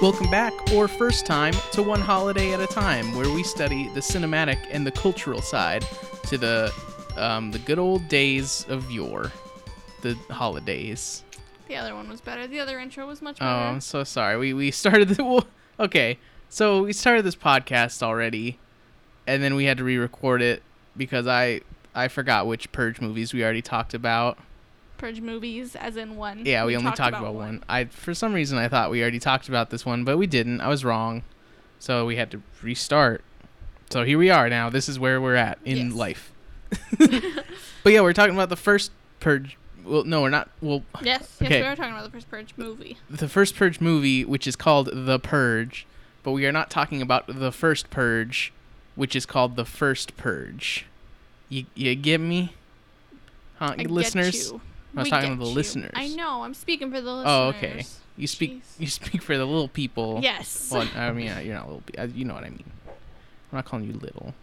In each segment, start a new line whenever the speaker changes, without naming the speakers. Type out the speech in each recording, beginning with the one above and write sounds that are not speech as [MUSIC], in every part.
Welcome back, or first time, to One Holiday at a Time, where we study the cinematic and the cultural side to the um, the good old days of yore, the holidays.
The other one was better. The other intro was much
Oh,
better.
I'm so sorry. We we started the well, okay. So we started this podcast already, and then we had to re-record it because I I forgot which purge movies we already talked about.
Purge movies, as in one.
Yeah, we, only talked about, one. I for some reason I thought we already talked about this one, but we didn't. I was wrong. So we had to restart. So here we are now. This is where we're at in
Yes.
life. but yeah, we're talking about the first purge. Well, no, we're not. Well, [LAUGHS]
Yes, yes,
Okay.
we are talking about the first Purge movie.
the first purge movie, which is called The Purge, but we are not talking about the first purge, which is called The First Purge. You you get me? Huh,
I get
listeners?
you.
I was
We
talking
get
to the
you.
listeners.
I know. I'm speaking for the listeners.
Oh, okay. You speak.
Jeez.
You speak for the little people.
Yes.
Well, I mean, uh, you're not little. pe- uh, You know what I mean. I'm not calling you little.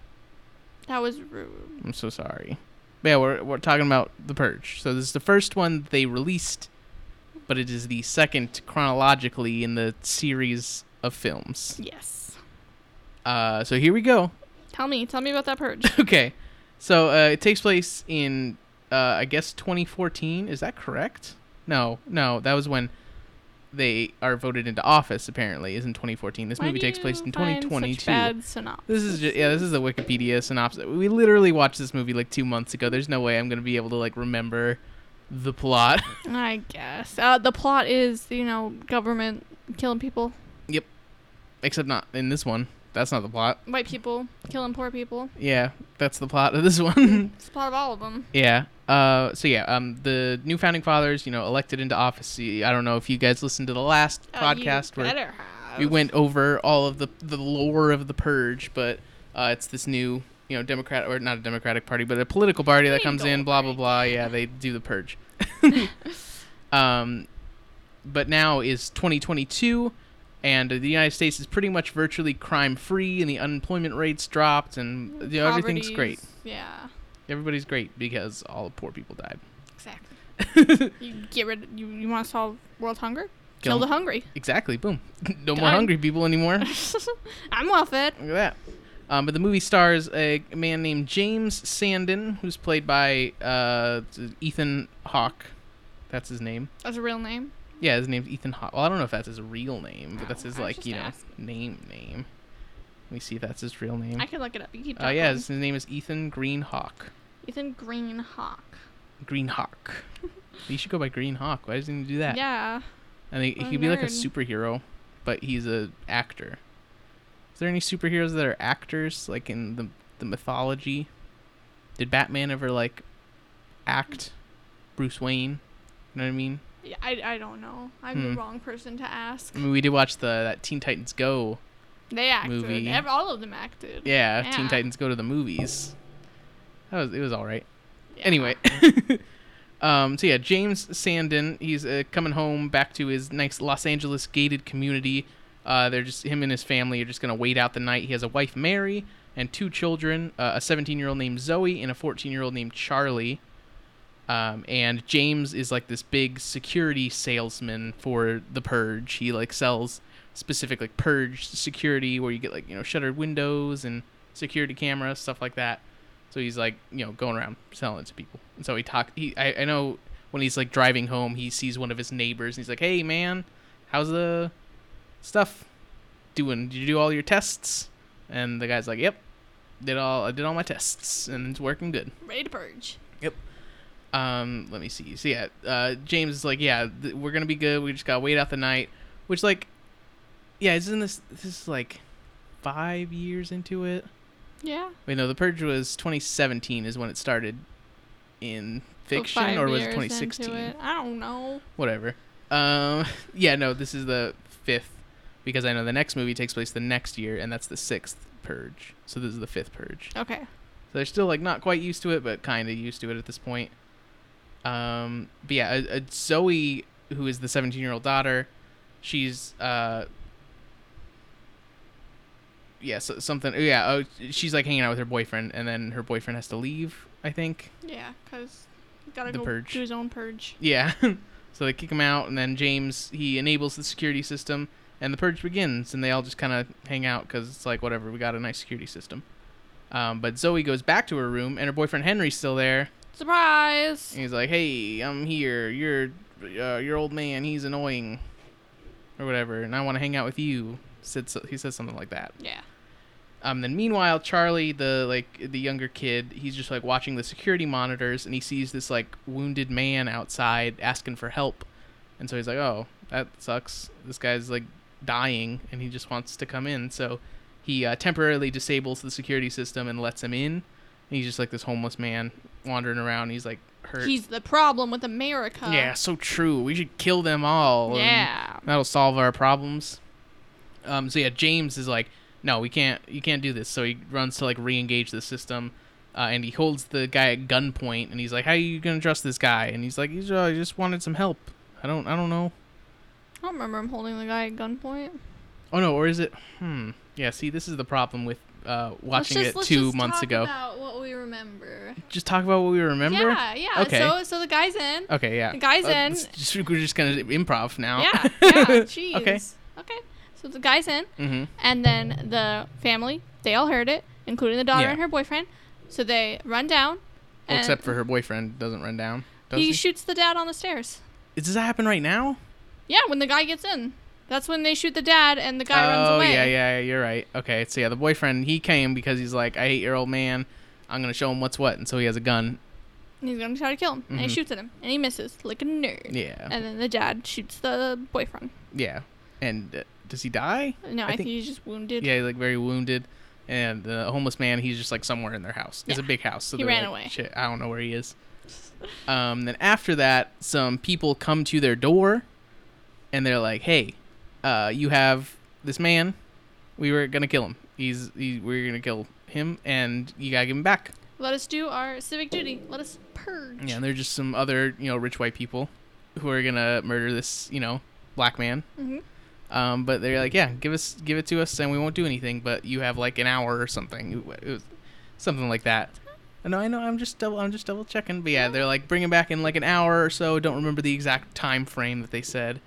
that was rude.
I'm so sorry. But yeah, we're we're talking about the Purge. So this is the first one they released, but it is the second chronologically in the series of films.
Yes.
Uh, so here we go. [LAUGHS]
Tell me. Tell me about that Purge.
okay, so uh, it takes place in uh, I guess 2014. Is that correct? No, no, that was when they are voted into office. Apparently, is in 2014. This
Why
movie
do
takes place
you
in
find
2022.
Such bad synopsis.
This is just, yeah, this is the Wikipedia synopsis. We literally watched this movie like two months ago. There's no way I'm gonna be able to like remember the plot. [LAUGHS]
I guess. Uh, the plot is, you know, government killing people,
Except not in this one. That's not the plot.
white people killing poor people.
Yeah, that's the plot of this [LAUGHS] one.
It's the plot of all of them.
yeah. Uh, so yeah, um, the new founding fathers, you know, elected into office. Y- I don't know if you guys listened to the last podcast
uh, you
where
better have.
we went over all of the the lore of the purge, but uh, it's this new, you know, Democrat or not a Democratic party, but a political party that
Hey,
comes
don't
in, blah blah
worry.
blah. Yeah, they do the
[LAUGHS]
purge. um, but now is 2022, and the United States is pretty much virtually crime free, and the unemployment rates dropped, and you know, everything's great.
Poverty's- Yeah.
Everybody's great because all the poor people died.
Exactly.
[LAUGHS]
you get rid. You, you want to solve world hunger? Kill,
Kill 'em. [LAUGHS]
the hungry. [LAUGHS]
Exactly. Boom. No more
Done.
hungry people anymore.
I'm well fed.
Look at that. Um, but the movie stars a man named James Sandon, who's played by uh, Ethan Hawke. That's his name.
That's a real name.
Yeah, his name's Ethan Hawke. Well, I don't know if that's his real name, but that's
Oh,
his
I was
like
just
you know
asking.
name name. Let me see if that's his real name.
I can look it up. You keep
Oh uh,
talking.
yeah, his, his name is Ethan Green Hawk.
Ethan Green Hawk.
Green
[LAUGHS]
Hawk. he should go by Green Hawk. Why doesn't he do that?
Yeah.
I think he
What a
could be like a
nerd.
superhero, but he's a actor. Is there any superheroes that are actors, like in the the mythology? Did Batman ever like act Bruce Wayne? You know what I mean?
yeah I, I don't know. I'm
Hmm.
the wrong person to ask.
I mean, we did watch the that Teen Titans Go.
They acted.
Movie.
Ev- all of them acted.
Yeah, Teen
Yeah.
Titans Go to the movies. That was it was all right.
Yeah.
Anyway, um, so yeah, James Sandon, he's uh, coming home back to his nice Los Angeles gated community. Uh, they're just him and his family are just gonna wait out the night. He has a wife, Mary, and two children: uh, a 17-year-old named Zoe and a 14-year-old named Charlie. Um, and James is like this big security salesman for the Purge. He like sells specific like Purge security, where you get like you know shuttered windows and security cameras, stuff like that. So he's like, you know, going around selling it to people. And so he talked. He, I, I know when he's like driving home, he sees one of his neighbors, and he's like, "Hey, man, how's the stuff doing? Did you do all your tests?" And the guy's like, "Yep, did all I did all my tests, and it's working good."
Ready to purge.
Um, let me see. So yeah, uh, James is like, "Yeah, th- we're gonna be good. We just gotta wait out the night," which like, yeah, isn't this this is like five years into it?
Yeah.
Wait, no, The Purge was 2017 is when it started in
So
fiction,
Oh, five
or was it
years into
2016?
it. I don't know.
Whatever. Um, [LAUGHS] yeah, no, this is the fifth because I know the next movie takes place the next year, and that's the sixth Purge. So this is the fifth Purge.
Okay.
So they're still like not quite used to it, but kind of used to it at this point. Um, but yeah, uh, uh, Zoe, who is the 17 year old daughter, she's uh, yeah, so, something. Yeah, oh, she's like hanging out with her boyfriend, and then her boyfriend has to leave. I think.
Yeah, because he gotta
The
go
purge.
do his own purge.
[LAUGHS] Yeah. so they kick him out, and then James he enables the security system, and the purge begins, and they all just kind of hang out because it's like whatever. We got a nice security system. Um, but Zoe goes back to her room, and her boyfriend Henry's still there.
Surprise!
And he's like, "Hey, I'm here. You're uh, your old man. He's annoying, or whatever. And I want to hang out with you." Said so, he says something like that.
Yeah.
Um, then meanwhile, Charlie, the like the younger kid, he's just like watching the security monitors, and he sees this like wounded man outside asking for help, and so he's like, "Oh, that sucks. This guy's like dying, and he just wants to come in." So he uh, temporarily disables the security system and lets him in. And he's just like this homeless man wandering around. He's like hurt.
He's the problem with America.
yeah, so true. We should kill them all. and
Yeah.
That'll solve our problems. Um, so yeah, James is like, no, we can't, you can't do this. So he runs to like re-engage the system, uh, and he holds the guy at gunpoint, and he's like, "How are you gonna trust this guy?" And he's like, "He's, uh, I just wanted some help. I don't, I don't know.
I don't remember him holding the guy at gunpoint.
Oh no, or is it? Hmm. Yeah. See, this is the problem with uh,
Let's
watching
just-
it
let's
two
just
months
talk
ago.
About what we remember.
just talk about what we remember.
Yeah, yeah.
Okay.
So, so the guy's in.
Okay. Yeah.
The guy's in.
it's Just, [LAUGHS] we're just gonna improv now. [LAUGHS]
Yeah, yeah. Jeez.
Oh, Okay.
Okay. So the guy's in,
Mm-hmm.
and then the family they all heard it, including the daughter
Yeah.
and her boyfriend. So they run down.
Well,
and
except for her boyfriend doesn't run down. Does
he,
he?
shoots the dad on the stairs.
Does that happen right now?
Yeah, when the guy gets in, that's when they shoot the dad, and the guy runs
oh
away.
yeah, yeah, yeah, you're right. Okay, so yeah, the boyfriend he came because he's like, I hate your old man. I'm gonna show him what's what, and so he has a gun.
And he's gonna try to kill him, and he
Mhm.
shoots at him, and he misses like a nerd.
Yeah,
And then the dad shoots the boyfriend.
yeah. And uh, does he die?
No, I,
I
think,
think-
he's just wounded.
Yeah, like very wounded. And the homeless man, he's just like somewhere in their house. It's a
Yeah.
big house, so
He
they're
ran
like,
away.
Shit, I don't know where he is. um, then after that, some people come to their door, and they're like, "Hey, uh, you have this man. We were gonna kill him. He's he, we we're gonna kill him, and you gotta give him back."
Let us do our civic duty. Let us purge.
Yeah, and they're just some other, you know, rich white people who are gonna murder this, you know, black man.
hmm
Um, but they're like, yeah, give us, give it to us, and we won't do anything. But you have like an hour or something, It wa- it was something like that. I know, I know. I'm just double, I'm just double checking. But yeah, they're like, bring him back in like an hour or so. Don't remember the exact time frame that they said.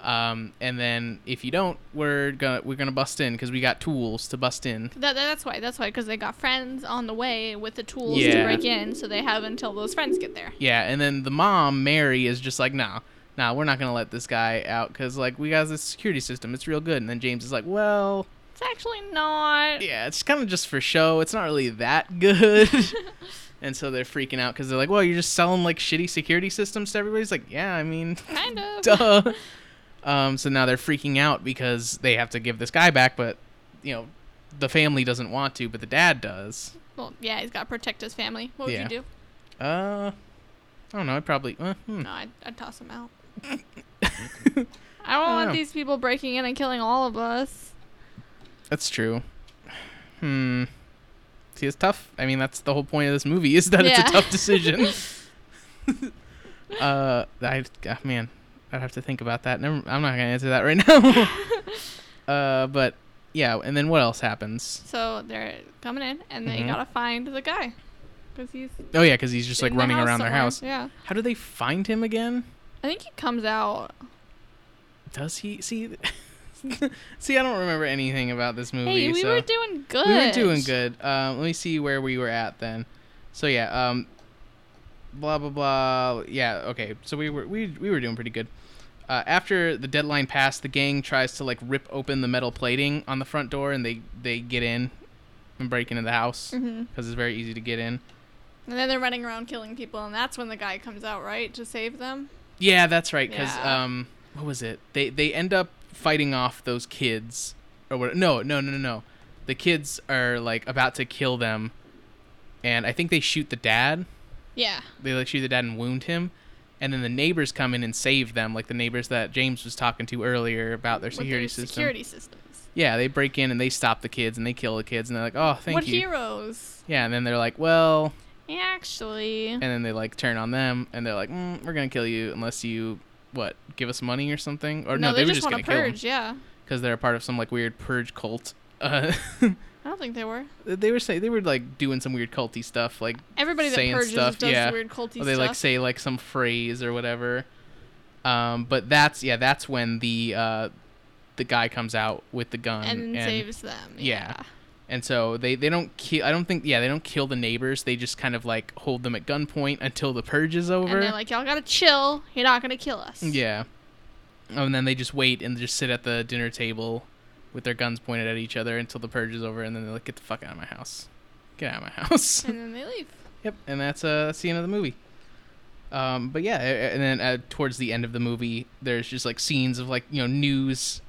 Um, and then if you don't, we're gonna we're gonna bust in because we got tools to bust in.
That, that- that's why. That's why. Because they got friends on the way with the tools to
Yeah.
break in, so they have until those friends get there.
Yeah, and then the mom Mary is just like, nah, nah, we're not gonna let this guy out because like we got this security system, it's real good. And then James is like, well,
It's actually not.
yeah, it's kind of just for show. It's not really that good. and so they're freaking out because they're like, well, you're just selling like shitty security systems to everybody. He's like, yeah, I mean, [LAUGHS]
Kind of.
duh. Um, so now they're freaking out because they have to give this guy back, but you know, the family doesn't want to, but the dad does.
Well, yeah, he's got to protect his family. What would
Yeah.
you do?
Uh, I don't know. I probably. Uh, hmm.
No, I'd, I'd toss
[LAUGHS]
him out. I don't want
know.
these people breaking in and killing all of us.
That's true. Hmm. See, it's tough. I mean, that's the whole point of this movie is that it's
Yeah.
a tough
[LAUGHS]
decision. [LAUGHS] uh, I ah, man, I'd have to think about that. Never, I'm not gonna answer that right [LAUGHS]
[LAUGHS]
now. uh, but yeah, and then what else happens?
So they're coming in, and they
Mhm.
gotta find the guy, because he's
Oh yeah, because he's just like
in the
running
house
around their
somewhere.
house.
Yeah,
How do they find him again?
I think he comes out.
Does he see? [LAUGHS] see, I don't remember anything about this movie.
hey, we
so.
were doing good.
We were doing good. Um, let me see where we were at then. So yeah, um, blah blah blah. Yeah, okay. So we were we we were doing pretty good. Uh, after the deadline passed, the gang tries to like rip open the metal plating on the front door, and they they get in and break into the house because
Mhm.
it's very easy to get in.
And then they're running around killing people, and that's when the guy comes out, right, to save them.
Yeah, that's right. Because
Yeah.
um, what was it? They they end up fighting off those kids or what? No, no, no, no, no. The kids are like about to kill them, and I think they shoot the dad.
Yeah.
they like shoot the dad and wound him and then the neighbors come in and save them like the neighbors that james was talking to earlier about their
with
security
their
system
Security systems.
yeah they break in and they stop the kids and they kill the kids and they're like oh thank
what
you
heroes?
yeah and then they're like well
Actually,
and then they like turn on them and they're like mm, we're gonna kill you unless you what give us money or something or no,
they,
were
just,
just
want
gonna
to
kill
purge. Yeah,
because they're a part of some like weird purge cult uh, [LAUGHS]
I don't think they were.
they were saying they were like doing some weird culty stuff like
Everybody that
Saying
purges
stuff,
does
yeah.
weird culty
or they
stuff.
like say like some phrase or whatever um but that's yeah that's when the uh the guy comes out with the gun
and,
and,
saves them.
yeah.
Yeah.
and so they they don't kill. I don't think yeah they don't kill the neighbors. They just kind of like hold them at gunpoint until the purge is over.
And they're like, y'all gotta chill. You're not gonna kill us.
Yeah. And then they just wait and just sit at the dinner table with their guns pointed at each other until the purge is over, and then they're like, "Get the fuck out of my house! Get out of my [LAUGHS] house!"
And then they leave.
yep. And that's uh, that's the end of the movie. Um, but yeah, a- and then uh, towards the end of the movie, there's just like scenes of like you know news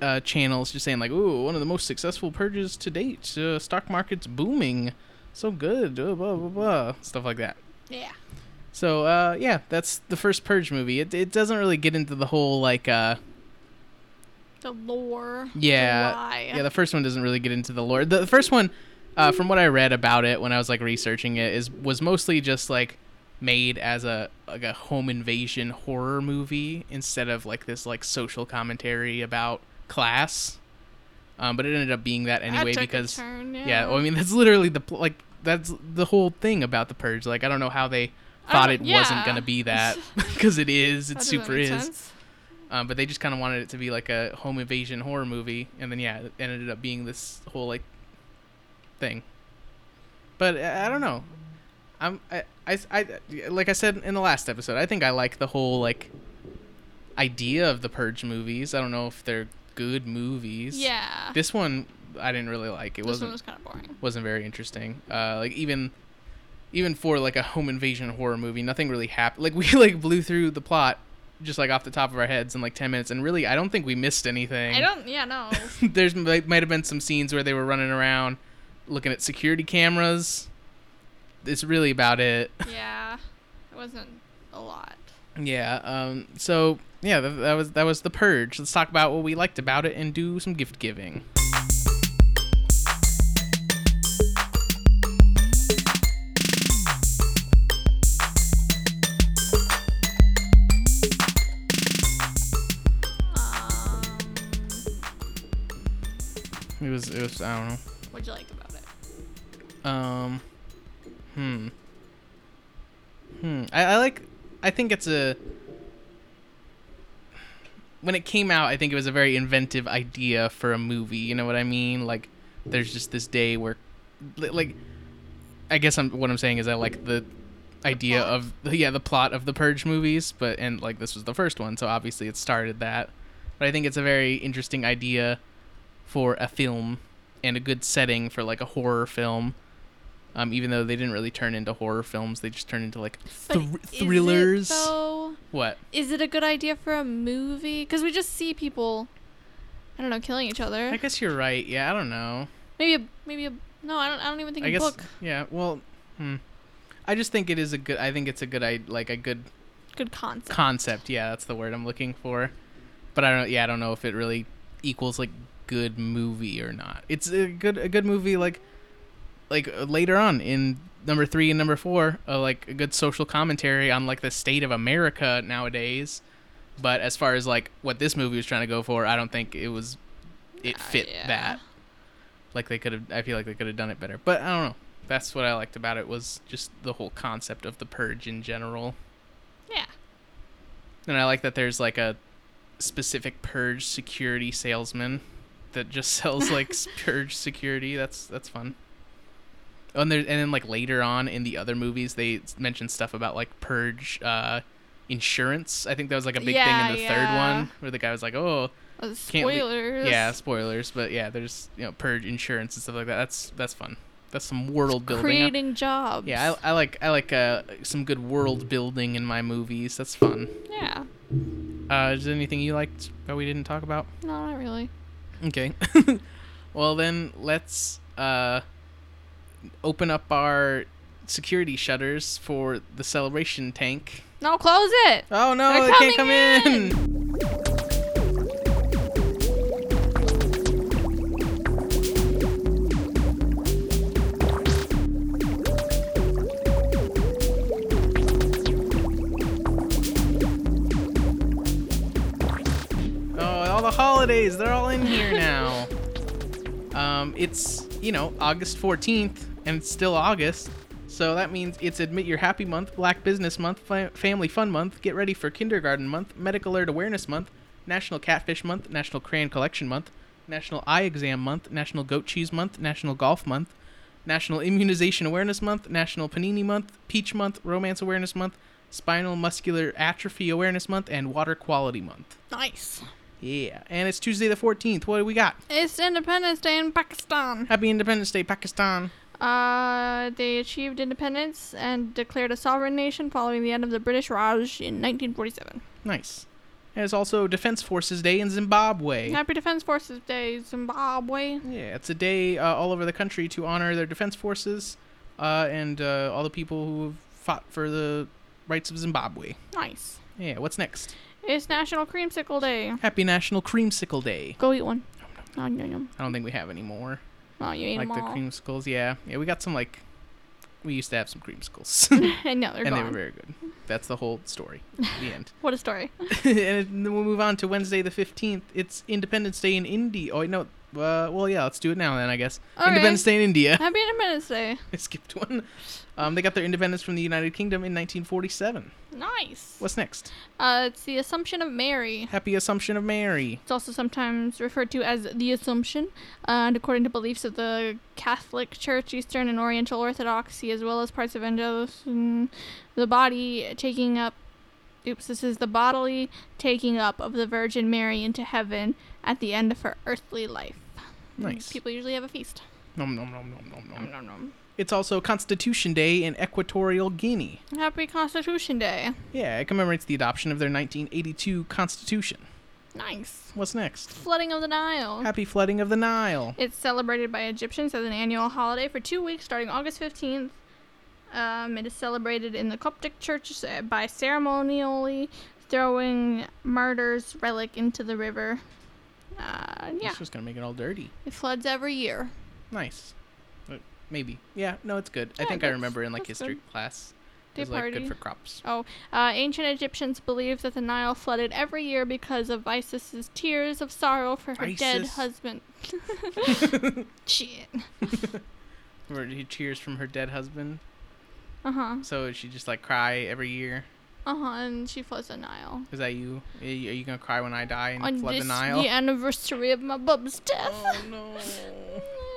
uh, channels just saying like, "Ooh, one of the most successful purges to date. Uh, stock market's booming, so good." Uh, blah blah blah stuff like that.
Yeah.
So uh, yeah, that's the first Purge movie. It it doesn't really get into the whole like uh,
The lore.
Yeah.
The why.
yeah the first one doesn't really get into the lore. The, the first one, uh, from what I read about it when I was like researching it, is was mostly just like made as a like a home invasion horror movie instead of like this like social commentary about class. Um, but it ended up being that
That
anyway
took a
because
turn, yeah.
yeah, well, I mean that's literally the pl- like that's the whole thing about the Purge. Like I don't know how they
I
thought it
don't-
wasn't
yeah.
gonna be
[LAUGHS]
that [LAUGHS] because it is. It
That doesn't
super
make
is.
sense.
Um, but they just kind of wanted it to be like a home invasion horror movie, and then yeah, it ended up being this whole like thing. But uh, I, I don't know. I'm I, I, I like I said in the last episode, I think I like the whole like idea of the Purge movies. I don't know if they're good movies.
Yeah.
This one I didn't really like. It
This
wasn't
one was kind of boring.
wasn't very interesting. Uh, like even even for like a home invasion horror movie, nothing really happened. Like [LAUGHS] we like blew through the plot just like off the top of our heads in like 10 minutes and really I don't think we missed anything.
I don't. Yeah. No.
[LAUGHS] There's might, might have been some scenes where they were running around looking at security cameras. It's really about it. [LAUGHS]
yeah. It wasn't a lot.
Yeah. Um so yeah, that, that was that was the purge. Let's talk about what we liked about it and do some gift giving.
Um.
It was it was I don't know.
What'd you like about it?
Um, hmm. Hmm. I, I like. I think it's a. When it came out, I think it was a very inventive idea for a movie. You know what I mean? Like, there's just this day where, li- like, I guess I'm what I'm saying is I like the idea
plot.
of yeah the plot of the Purge movies, but and like this was the first one, so obviously it started that. But I think it's a very interesting idea for a film and a good setting for like a horror film. Um, even though they didn't really turn into horror films, they just turned into like
But
thr-
is it,
thrillers.
though?
what?
is it a good idea for a movie? Because we just see people, I don't know, killing each
I
other.
guess you're right. Yeah, I don't know.
Maybe a maybe a no. I don't. I don't even think
I
a
guess
book.
yeah. Well, hmm. I just think it is a good. I think it's a good. I like a good
Good concept.
concept. Yeah, that's the word I'm looking for. But I don't. Yeah, I don't know if it really equals like good movie or not. It's a good a good movie like like uh, later on in number three and number four, uh, like a good social commentary on like the state of America nowadays. But as far as like what this movie was trying to go for, I don't think it was it
Uh,
fit
yeah.
that. Like they could have. I feel like they could have done it better. But I don't know. That's what I liked about it was just the whole concept of the purge in general.
Yeah.
And I like that there's like a specific purge security salesman that just [LAUGHS] sells like s- purge security. That's that's fun. Oh, and there and then like later on in the other movies they s- mention stuff about like purge uh insurance. I think that was like a big thing in
Yeah,
the
yeah.
third one where the guy was like, "Oh,
Uh,
Can't we-
spoilers.
yeah, spoilers, but yeah, there's you know purge insurance and stuff like that. That's that's fun. That's some world building. I-
Creating jobs.
yeah, I, I like I like uh, some good world building in my movies. That's fun.
yeah.
Uh, is there anything you liked that we didn't talk about?
No, not really.
Okay. [LAUGHS] well, then let's uh, open up our security shutters for the celebration tank.
No, close it.
Oh no,
They're
it can't come
coming
in. Oh, all the holidays, they're all in here now. um, it's, you know, August 14th, and it's still August. So that means it's Admit Your Happy Month, Black Business Month, Fa- Family Fun Month, Get Ready for Kindergarten Month, Medical Alert Awareness Month, National Catfish Month, National Crayon Collection Month, National Eye Exam Month, National Goat Cheese Month, National Golf Month, National Immunization Awareness Month, National Panini Month, Peach Month, Romance Awareness Month, Spinal Muscular Atrophy Awareness Month, and Water Quality Month.
Nice.
Yeah, and it's Tuesday the 14th. What do we got?
It's Independence Day in Pakistan.
Happy Independence Day, Pakistan.
Uh, they achieved independence and declared a sovereign nation following the end of the British Raj in 1947.
Nice. And it's also Defense Forces Day in Zimbabwe.
Happy Defense Forces Day, Zimbabwe.
Yeah, it's a day uh, all over the country to honor their defense forces uh, and uh, all the people who have fought for the rights of Zimbabwe.
Nice.
Yeah, what's next?
It's National Creamsicle Day.
Happy National Creamsicle Day.
Go eat one. Oh, yum, yum.
I don't think we have any more.
Oh, you ate
like
them
the
all.
creamsicles, yeah. Yeah, we got some, like, we used to have some creamsicles.
[LAUGHS]
[LAUGHS]
and no, they're
and they
gone.
were very good. That's the whole
[LAUGHS]
story. The end. [LAUGHS]
what a story.
and then we'll move on to Wednesday the 15th. It's Independence Day in India. Oh, wait, no. Uh, well, yeah, let's do it now then, I guess.
All right.
Independence Day in India. [LAUGHS]
Happy Independence Day.
I skipped one. Um, they got their independence from the United Kingdom in 1947.
Nice.
What's next?
Uh, it's the Assumption of Mary.
Happy Assumption of Mary.
It's also sometimes referred to as the Assumption, uh, and according to beliefs of the Catholic Church, Eastern and Oriental Orthodoxy, as well as parts of Indo, the body taking up, oops, this is the bodily taking up of the Virgin Mary into heaven at the end of her earthly life.
Nice.
People usually have a feast.
Nom nom nom nom nom nom.
Nom, nom,
It's also Constitution Day in Equatorial Guinea.
nom. Happy Constitution Day.
Yeah, it commemorates the adoption of their 1982 constitution.
Nice.
What's next?
Flooding of the Nile.
Happy flooding of the Nile.
It's celebrated by Egyptians as an annual holiday for two weeks starting August 15th. Um, it is celebrated in the Coptic churches uh, by ceremonially throwing martyrs' relic into the river. Uh, yeah,
It's just gonna make it all dirty.
it floods every year.
Nice. Uh, Maybe. Yeah. No, it's good. I
Yeah,
think I
that's-
remember in like
that's
history class.
They
It was like good
party.
for
[LAUGHS]
crops. [LAUGHS]
Oh, uh, ancient Egyptians believed that the Nile flooded every year because of Isis's tears of sorrow for her dead
Isis.
husband. [LAUGHS] Shit.
Where he cheers from her dead husband.
Uh huh.
So she just like cry every year.
Uh huh. And she floods the Nile.
Is that you? Are you, are you gonna cry when I die and
On
flood
this,
the Nile?
the anniversary of my bub's death.
Oh
[LAUGHS]
no!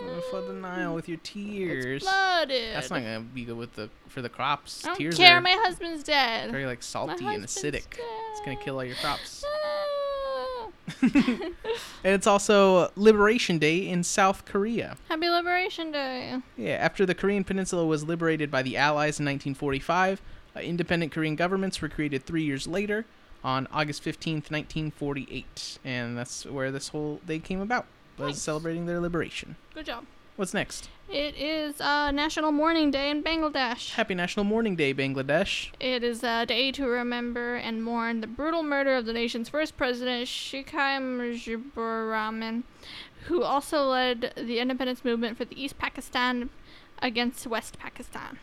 I'm gonna flood the Nile with your tears.
It's flooded.
That's not gonna be good with the for the crops.
I don't
tears
care.
are
My husband's dead.
very like
My
salty and
husband's
acidic. It's gonna kill all your crops.
dead.
And it's also Liberation Day in South Korea.
[LAUGHS] Happy Liberation Day.
Yeah, after the Korean Peninsula was liberated by the Allies in 1945, uh, independent Korean governments were created three years later on August 15th, 1948. And that's where this whole day came about, was
Nice.
celebrating their liberation.
Good job.
What's next?
It is uh, National Mourning Day in Bangladesh.
Happy National Mourning Day, Bangladesh.
It is a day to remember and mourn the brutal murder of the nation's first president, Shikai Mujibur Rahman, who also led the independence movement for the East Pakistan against West Pakistan.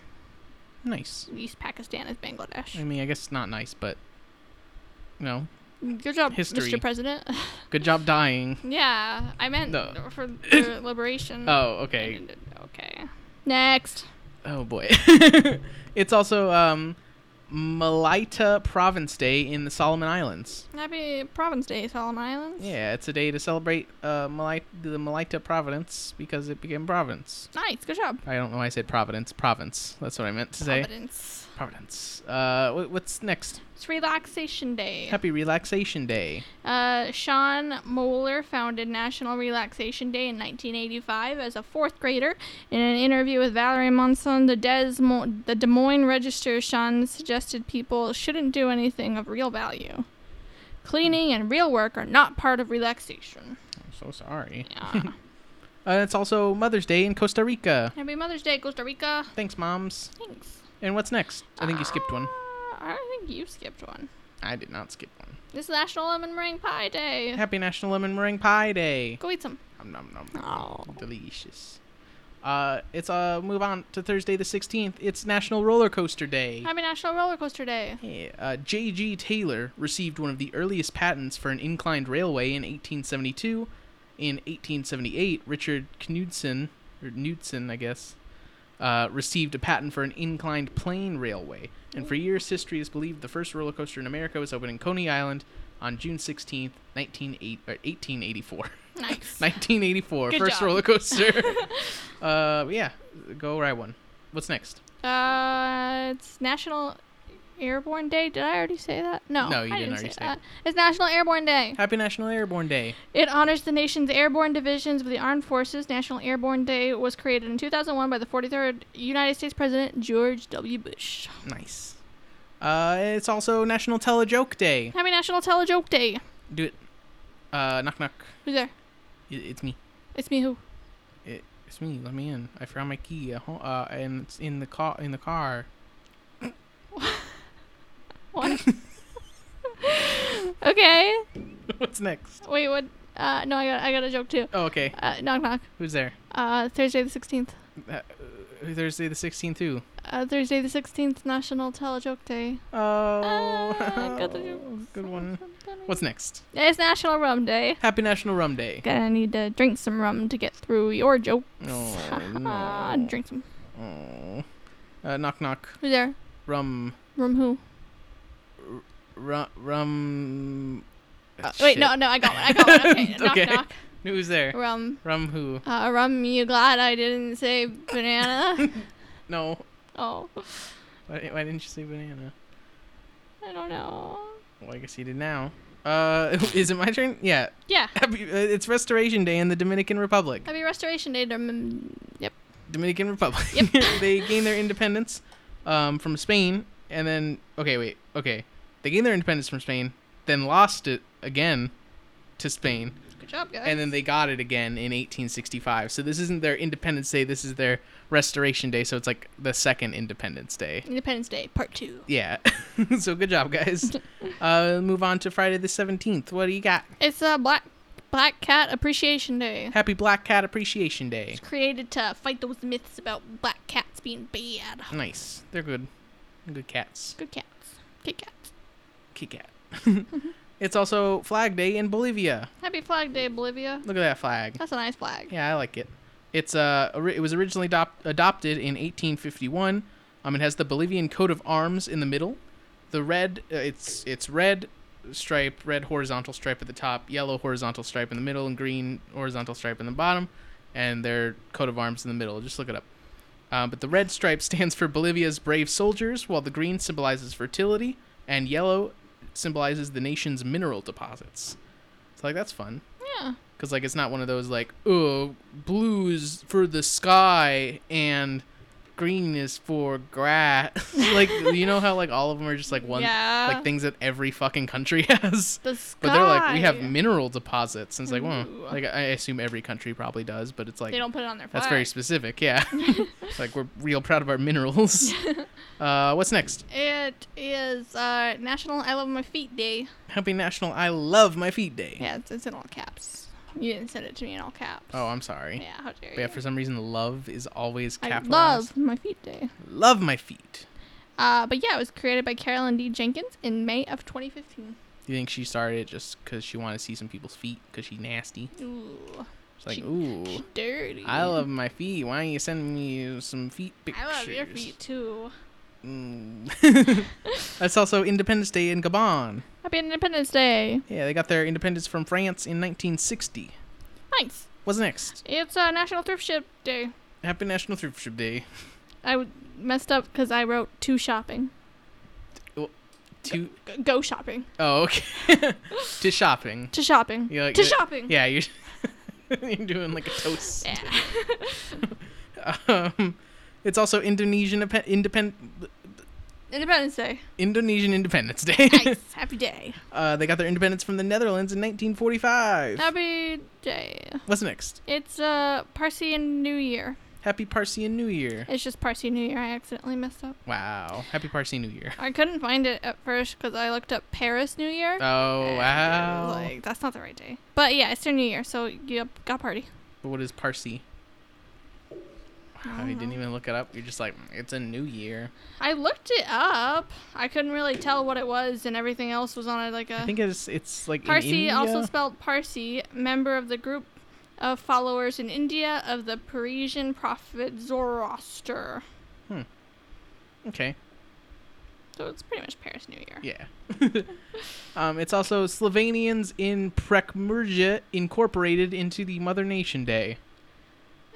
Nice.
East Pakistan is Bangladesh.
I mean, I guess it's not nice, but no.
Good job,
History.
Mr. President. [LAUGHS]
Good job dying.
Yeah, I meant
No.
for the
[COUGHS]
liberation.
Oh,
And-
okay.
and- Okay. Next.
Oh boy. [LAUGHS] it's also um, Malaita Province Day in the Solomon Islands.
Happy Province Day, Solomon Islands.
Yeah, it's a day to celebrate uh, Malaita, the Malaita Providence because it became Providence.
Nice. Good job.
I don't know why I said Providence. Province. That's what I meant to say.
Providence.
Providence. Uh, wh- what's next?
It's Relaxation Day.
Happy Relaxation Day.
Uh, Sean Moeller founded National Relaxation Day in 1985 as a fourth grader. In an interview with Valerie Monson, the, Des Mo- the Des Moines Register, Sean suggested people shouldn't do anything of real value. Cleaning and real work are not part of relaxation.
I'm so sorry.
Yeah.
[LAUGHS] Uh, it's also Mother's Day in Costa Rica.
Happy Mother's Day, Costa Rica.
Thanks, moms.
Thanks.
And what's next? I think you skipped one.
Uh, I don't think you skipped one.
I did not skip one.
This is National Lemon Meringue Pie Day.
Happy National Lemon Meringue Pie Day.
Go eat some.
Nom nom nom.
Oh.
Delicious. Uh, it's uh move on to Thursday the 16th. It's National Roller Coaster Day.
Happy National Roller
[LAUGHS]
Coaster Day.
Yeah, uh, J.G. Taylor received one of the earliest patents for an inclined railway in 1872. In 1878, Richard Knudsen, or Knudsen, I guess, uh, received a patent for an inclined plane railway. And for years, history has believed the first roller coaster in America was opened in Coney Island on June 16th, 1980 or [LAUGHS] 1884.
Nice.
1984,
Good
first
job.
roller
[LAUGHS]
coaster. uh, but yeah, go ride one. What's next?
Uh, it's National Airborne Day. Did I already say that? No.
No, you
I
didn't
say
already say
that. It's National Airborne Day.
Happy National Airborne Day.
It honors the nation's airborne divisions of the armed forces. National Airborne Day was created in 2001 by the 43rd United States President George W. Bush.
Nice. Uh, it's also National Tell a Joke Day.
Happy National Telejoke Day.
Do it. Uh, knock knock.
Who's there?
I- It's me.
It's me. Who?
It, it's me. Let me in. I found my key. At home, uh, and it's in the car. In the car. [LAUGHS]
What? okay.
What's next?
Wait. What? Uh, no, I got I got a joke too.
Oh, okay.
Uh, knock knock.
Who's there?
Uh, Thursday the 16th.
Uh, Thursday the 16th too.
Uh, Thursday the 16th, National Telejoke Day.
Oh,
[LAUGHS]
[LAUGHS]
Ah, got the jokes.
good one. What's next?
It's National Rum Day.
Happy National Rum Day.
Gonna need to drink some rum to get through your jokes. [LAUGHS]
Oh,
Ah,
no.
drink some.
Oh. Uh, knock knock.
Who's there?
Rum.
Rum who?
Rum. rum.
Uh, wait, no, no, I got one. I got
[LAUGHS]
one. Okay, knock,
Ah, Okay.
knock.
Who's there?
Rum.
Rum who?
Uh, rum, you glad I didn't
[LAUGHS]
say banana?
No.
oh,
Why, why didn't you say banana?
I don't know.
Well, I guess you did now. Uh, [LAUGHS] is it my turn? Yeah.
Yeah.
Happy, uh, it's Restoration Day in the Dominican Republic.
Happy Restoration Day. to mem- Yep.
Dominican Republic. [LAUGHS] they gained their independence um, from Spain, and then okay, wait, okay, they gained their independence from Spain, then lost it again to Spain,
Good job, guys.
and then they got it again in 1865. So this isn't their Independence Day. This is their Restoration Day. So it's like the second Independence Day.
Independence Day, part two.
Yeah. [LAUGHS] so good job, guys. uh, move on to Friday the 17th. What do you got?
It's uh, Black Black Cat Appreciation Day.
Happy Black Cat Appreciation Day.
It's created to fight those myths about black cats being bad.
Nice. They're good. Good cats.
Good cats. Good cats.
Kit Kat. [LAUGHS] it's also Flag Day in Bolivia.
Happy Flag Day, Bolivia.
Look at that flag.
That's a nice flag.
Yeah, I like it. It's uh, ori- it was originally adop- adopted in 1851. Um, it has the Bolivian coat of arms in the middle. The red, uh, it's it's red stripe, red horizontal stripe at the top, yellow horizontal stripe in the middle, and green horizontal stripe in the bottom, and their coat of arms in the middle. Just look it up. Uh, but the red stripe [LAUGHS] stands for Bolivia's brave soldiers, while the green symbolizes fertility, and yellow symbolizes the nation's mineral deposits. So like that's fun.
Yeah.
Cause like it's not one of those like oh blues for the sky and green is for grass. [LAUGHS]
[LAUGHS]
like you know how like all of them are just like one
yeah.
like things that every fucking country [LAUGHS] has.
The sky.
But they're like we have mineral deposits. And it's like well
Ooh.
like I assume every country probably does, but it's like
They don't put it on their flag.
that's very specific.
[LAUGHS]
Yeah, It's like we're real proud of our minerals. uh, what's next?
It is uh, National I Love My Feet Day.
Happy National I Love My Feet Day.
Yeah, it's, it's in all caps. You didn't send it to me in all caps.
Oh, I'm sorry.
Yeah, how dare
But
you.
yeah, for some reason, love is always
I
capitalized.
love my feet day.
love my feet.
Uh, but yeah, it was created by Carolyn D. Jenkins in May of 2015.
Do you think she started it just because she wanted to see some people's feet because she's nasty?
Ooh,
She's like,
She-
ooh,
dirty.
I love my feet. Why don't you send me some feet pictures?
I love your feet too. [LAUGHS]
Mm. [LAUGHS] That's also Independence Day in Gabon.
Happy Independence Day.
Yeah, they got their independence from France in 1960.
Nice.
What's next?
It's uh, National Thrift Shop Day.
Happy National Thriftship Day.
I w- messed up because I wrote to shopping.
To
G- go shopping.
oh, okay. [LAUGHS] to shopping.
To shopping.
You like
to
the-
shopping.
Yeah, you're [LAUGHS] you're doing like a toast.
Yeah.
[LAUGHS] Um, it's also Indonesian independ- independ- [LAUGHS]
Independence Day.
Indonesian Independence Day.
Nice. Happy day.
[LAUGHS] Uh, they got their independence from the Netherlands in 1945.
Happy day.
What's next?
It's uh, Parsi and New Year.
Happy Parsian New Year.
It's just Parsi New Year. I accidentally messed up.
Wow. Happy Parsian New
[LAUGHS]
Year.
I couldn't find it at first because I looked up Paris New Year.
Oh,
and
wow.
Like that's not the right day. But yeah, it's their New Year, so you got party.
but what is Parsi? Wow, you didn't even look it up. You're just like, "Mm, it's a new year.
I looked it up. I couldn't really tell what it was, and everything else was on a, like a
I think it's it's like in
Parsi, also
India?
spelled Parsi, member of the group of followers in India of the Parisian prophet Zoroaster. [LAUGHS]
okay.
So so it's pretty much Paris New Year.
Yeah. um, it's also Slovenians in Prekmurje incorporated into the Mother Nation Day.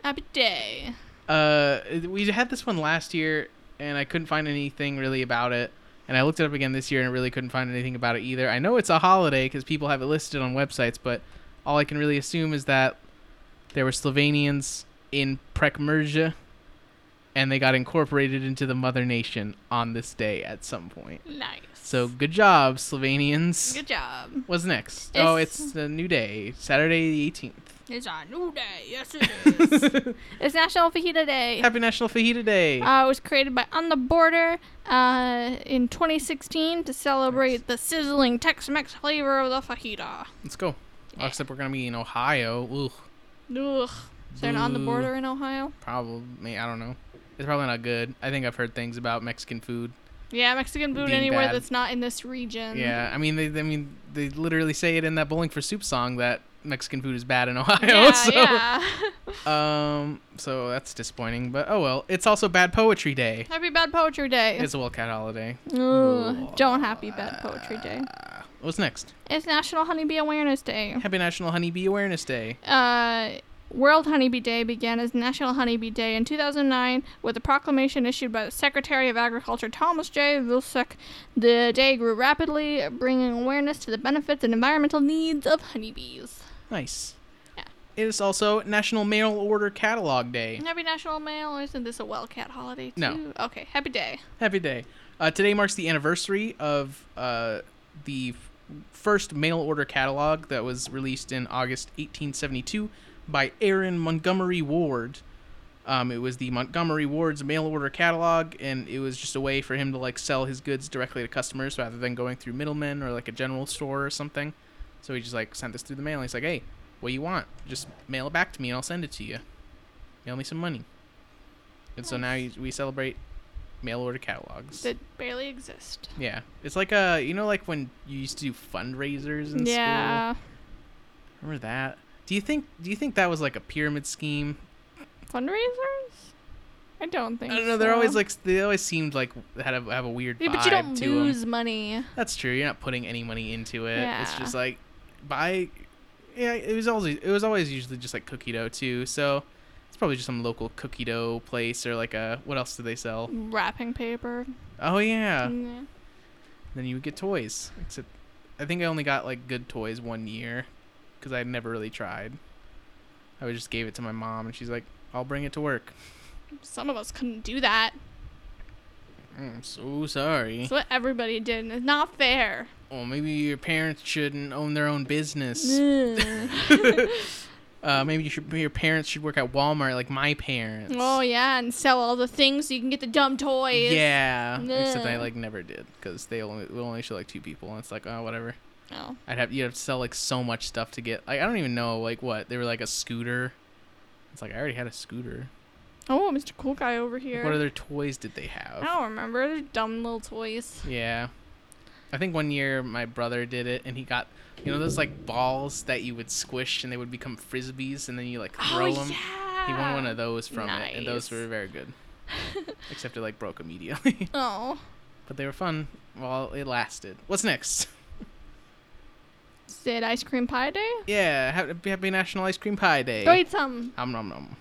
Happy day.
Uh, we had this one last year, and I couldn't find anything really about it. And I looked it up again this year, and really couldn't find anything about it either. I know it's a holiday because people have it listed on websites, but all I can really assume is that there were Slovenians in Prekmurje, and they got incorporated into the Mother Nation on this day at some point.
Nice.
So good job, Slovenians.
good job.
What's next?
It's-
oh, it's a new day, Saturday the eighteenth.
It's a new day. Yes, it
[LAUGHS]
is. [LAUGHS] it's National Fajita Day.
Happy National Fajita Day.
Uh, it was created by On the Border uh, in 2016 to celebrate the sizzling Tex-Mex flavor of the fajita.
Let's go. Oh,
yeah.
Except we're gonna be in Ohio. Ugh,
Ugh. Is there an On the
Boo.
Border in Ohio?
probably. I don't know. It's probably not good. I think I've heard things about Mexican food.
Yeah, Mexican food
Being
anywhere
bad.
that's not in this region.
Yeah, I mean, they, I mean, they literally say it in that Bowling for Soup song that Mexican food is bad in [LAUGHS] Ohio.
Yeah,
so,
yeah. [LAUGHS]
um, so that's disappointing. But oh well. It's also Bad Poetry Day.
Happy Bad Poetry Day.
It's a Wildcat holiday.
Ugh, don't happy Bad Poetry Day.
Uh, what's next?
It's National Honeybee Awareness Day.
Happy National Honeybee Awareness Day.
Uh, World Honeybee Day began as National Honeybee Day in 2009 with a proclamation issued by the Secretary of Agriculture Thomas J. Vilsack. The day grew rapidly, bringing awareness to the benefits and environmental needs of honeybees.
Nice.
Yeah.
It is also National Mail Order Catalog Day.
Happy National Mail, or isn't this a Wellcat holiday too?
No.
Okay, happy day.
Happy day. Uh, today marks the anniversary of uh, the f- first mail order catalog that was released in August 1872 by Aaron Montgomery Ward. Um, it was the Montgomery Ward's mail order catalog, and it was just a way for him to like sell his goods directly to customers rather than going through middlemen or like a general store or something. So he just like sent this through the mail. He's like, "Hey, what do you want? Just mail it back to me, and I'll send it to you. Mail me some money." And so now you, we celebrate mail order catalogs.
That barely exist.
Yeah, it's like uh, you know, like when you used to do fundraisers in school.
Yeah.
Remember that? Do you think? Do you think that was like a pyramid scheme?
Fundraisers? I don't think
I don't know. They're always
so.
like they always seemed like had a have a weird
Yeah,
vibe
but you don't
to 'em.
lose money.
That's true. You're not putting any money into it. It's
Yeah.
just like buy. Yeah, it was always it was always usually just like cookie dough too. So it's probably just some local cookie dough place or like a what else do they sell?
Wrapping paper. Mm,
Oh yeah.
Yeah.
then you would get toys. Except, I think I only got like good toys one year, because I never really tried. I would just gave it to my mom, and she's like, "I'll bring it to work."
Some of us couldn't do that.
I'm so sorry.
That's what everybody did, and it's not
[LAUGHS]
fair.
Well, maybe your parents shouldn't own their own business.
[LAUGHS]
[LAUGHS] uh, maybe you should. Maybe your parents should work at Walmart like my parents.
oh yeah, and sell all the things so you can get the dumb toys.
yeah. Except I
Nah.
like never did because they only we only show like two people, and it's like oh whatever.
Oh.
I'd have you would have to sell like so much stuff to get. Like I don't even know like what they were like a scooter. It's like I already had a scooter.
Oh, Mr. Cool Guy over
Like,
here.
What other toys did they have?
I don't remember. They're dumb little toys.
Yeah. I think one year my brother did it and he got, you know, those like balls that you would squish and they would become frisbees and then you like throw
oh
them.
yeah.
He won one of those from it and those
Nice.
were very
[LAUGHS]
good. Except it like broke immediately. [LAUGHS]
Oh,
but they were fun while it lasted. What's next?
is it ice cream pie day?
Yeah, happy, happy National Ice Cream Pie Day.
Go eat some.
Om nom nom.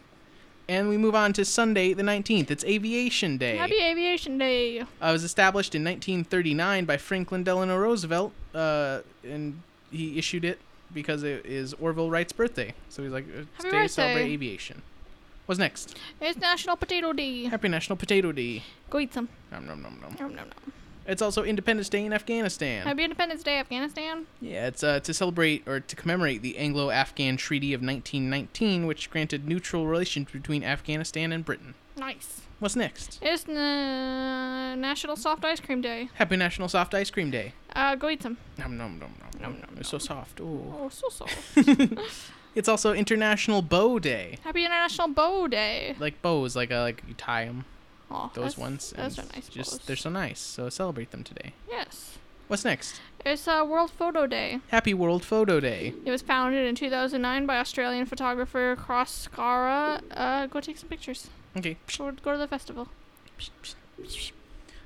And we move on to Sunday, the 19th. It's Aviation Day.
Happy Aviation Day.
uh, was established in 1939 by Franklin Delano Roosevelt, uh, and he issued it because it is Orville Wright's birthday. So he's like, it's
Happy
day to celebrate
birthday.
aviation. What's next?
It's National Potato Day.
Happy National Potato Day.
Go eat some.
Nom, nom, nom, nom.
Nom, nom, nom.
It's also Independence Day in Afghanistan.
Happy Independence Day, Afghanistan.
yeah, it's uh, to celebrate or to commemorate the Anglo-Afghan Treaty of 1919, which granted neutral relations between Afghanistan and Britain.
Nice.
What's next?
It's na- National Soft Ice Cream Day.
Happy National Soft Ice Cream Day.
Uh, go eat some.
Nom nom nom nom nom.
Nom, nom,
It's so soft. Ooh.
Oh, so soft.
It's also International Bow Day.
[LAUGHS] Happy International Bow Day.
Like bows, like uh, like you tie them.
Oh,
Those
that's-
ones. and
Those are
it's
nice.
Just
bows.
they're so nice. So celebrate them today.
yes.
What's next?
It's uh, World Photo Day.
Happy World Photo Day.
It was founded in 2009 by Australian photographer Cross Scara. Uh, go take some pictures.
Okay.
Go, go to the festival.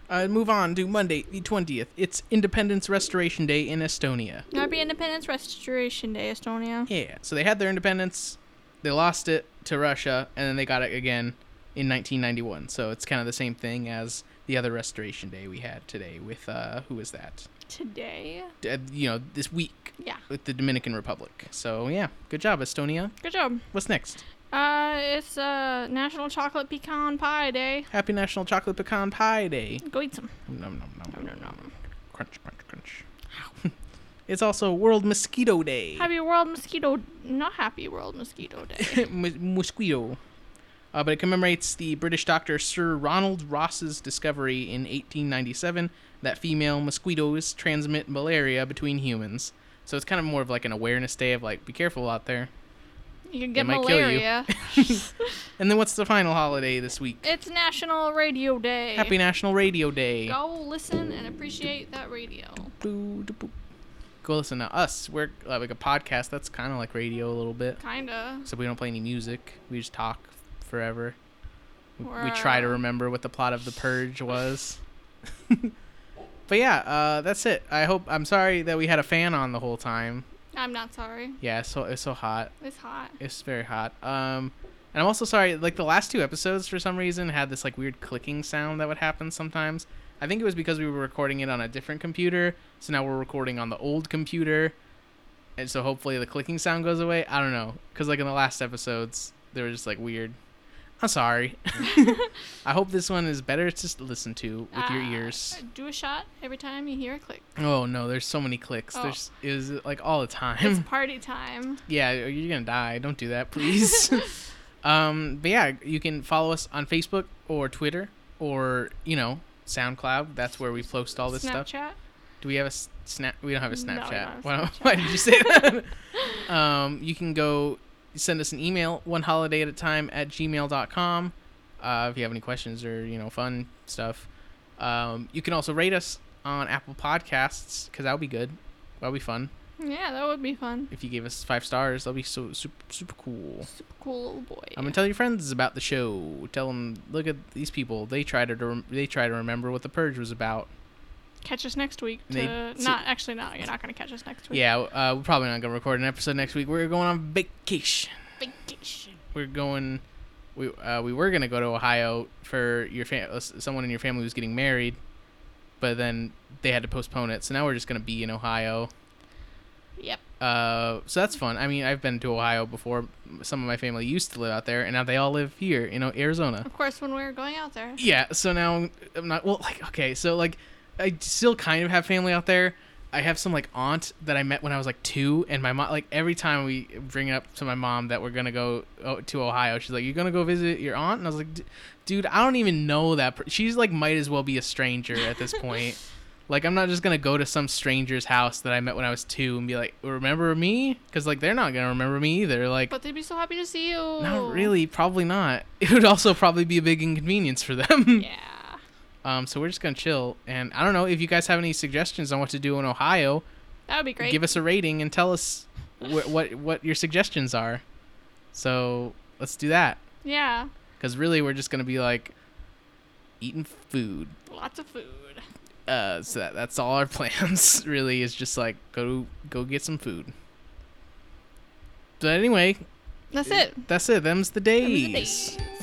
Uh, move on to Monday, the 20th. It's Independence Restoration Day in Estonia.
Happy Independence Restoration Day, Estonia.
Yeah, so they had their independence, they lost it to Russia, and then they got it again in 1991. So it's kind of the same thing as the other Restoration Day we had today with, uh, who was that?
Today.
D- uh, you know, this week
Yeah.
with the Dominican Republic. So yeah, good job, Estonia.
Good job.
What's next?
Uh, it's uh National Chocolate Pecan Pie Day.
Happy National Chocolate Pecan Pie Day.
Go eat some.
Nom, nom, nom,
Nom,
nom,
nom, nom.
Crunch, crunch, crunch. [LAUGHS] it's also World Mosquito Day.
Happy World Mosquito. Not Happy World Mosquito Day.
[LAUGHS] Mos- mosquito. Uh, but it commemorates the British doctor Sir Ronald Ross's discovery in 1897 that female mosquitoes transmit malaria between humans. So it's kind of more of like an awareness day of like, be careful out
[LAUGHS]
there. [LAUGHS]
You can get
might kill you.
malaria.
And then what's the final holiday this week?
it's National Radio Day.
Happy National Radio Day.
Go listen and appreciate that radio.
Boo, da, boo. Go listen to us. We're uh, like a podcast that's kind of like radio a little bit.
Kinda.
So we don't play any music. We just talk forever.
We're,
we try to remember what the plot of the purge was [LAUGHS] but yeah uh, that's it i hope i'm sorry that we had a fan on the whole time
uh, I'm not sorry.
yeah it's so it's so hot
It's hot.
it's very hot um and i'm also sorry like the last two episodes for some reason had this like weird clicking sound that would happen sometimes i think it was because we were recording it on a different computer so now we're recording on the old computer and so hopefully the clicking sound goes away i don't know because like in the last episodes they were just like weird i'm sorry [LAUGHS] i hope this one is better to listen to with your
Uh,
ears
Do a shot every time you hear
[LAUGHS]
a click.
oh no there's so many clicks
Oh.
there's is like all the time
It's party time.
yeah, you're gonna die. Don't do that,
[LAUGHS]
please. [LAUGHS] um, but yeah, you can follow us on Facebook or Twitter or you know SoundCloud. That's where we post all this
Snapchat.
stuff. Do we have a s- snap? We don't have a
No, we don't
Snapchat.
have a
Why
Snapchat.
Why did you say that?
[LAUGHS]
um, you can go send us an email one holiday at a time at gmail.com uh, if you have any questions or you know fun stuff um, you can also rate us on apple podcasts because that would be good that would be fun
Yeah, that would be fun.
if you gave us five stars that'll be so super, super cool
Super cool little boy.
I'm gonna tell your friends about the show. Tell them, look at these people. They try to, rem- they try to remember what the purge was about.
catch us next week.
And they
To
sit-
not actually, no, you're not gonna catch us next week.
Yeah, uh, we're probably not gonna record an episode next week. We're going on vacation.
Vacation.
We're going. We uh, we were gonna go to Ohio for your fam- uh, s- someone in your family was getting married, but then they had to postpone it. So now we're just gonna be in Ohio.
Yep.
Uh, so that's fun. I mean, I've been to Ohio before. Some of my family used to live out there, and now they all live here in O- Arizona.
Of course, when we were going out there.
Yeah, so now I'm not well like okay, so like I still kind of have family out there. I have some like aunt that I met when I was like 2 and my mom like every time we bring it up to my mom that we're going to go oh, to Ohio, she's like you're going to go visit your aunt and I was like D- dude, I don't even know that per-. she's like might as well be a stranger at this
[LAUGHS]
point. like I'm not just going to go to some stranger's house that I met when I was 2 and be like remember me? Cuz like they're not going to remember me either. Like
But they'd be so happy to see you.
not really, probably not. [LAUGHS] It would also probably be a big inconvenience for them.
Yeah.
Um, so we're just gonna chill, and I don't know if you guys have any suggestions on what to do in Ohio.
That would be great.
Give us a rating and tell us wh- what what your suggestions are. So let's do that,
yeah.
because really we're just gonna be like eating food.
Lots of food.
Uh, so that, that's all our [LAUGHS] plans. Really, is just like go go get some food. But anyway,
That's it.
that's it. Them's the days.
Them's the days.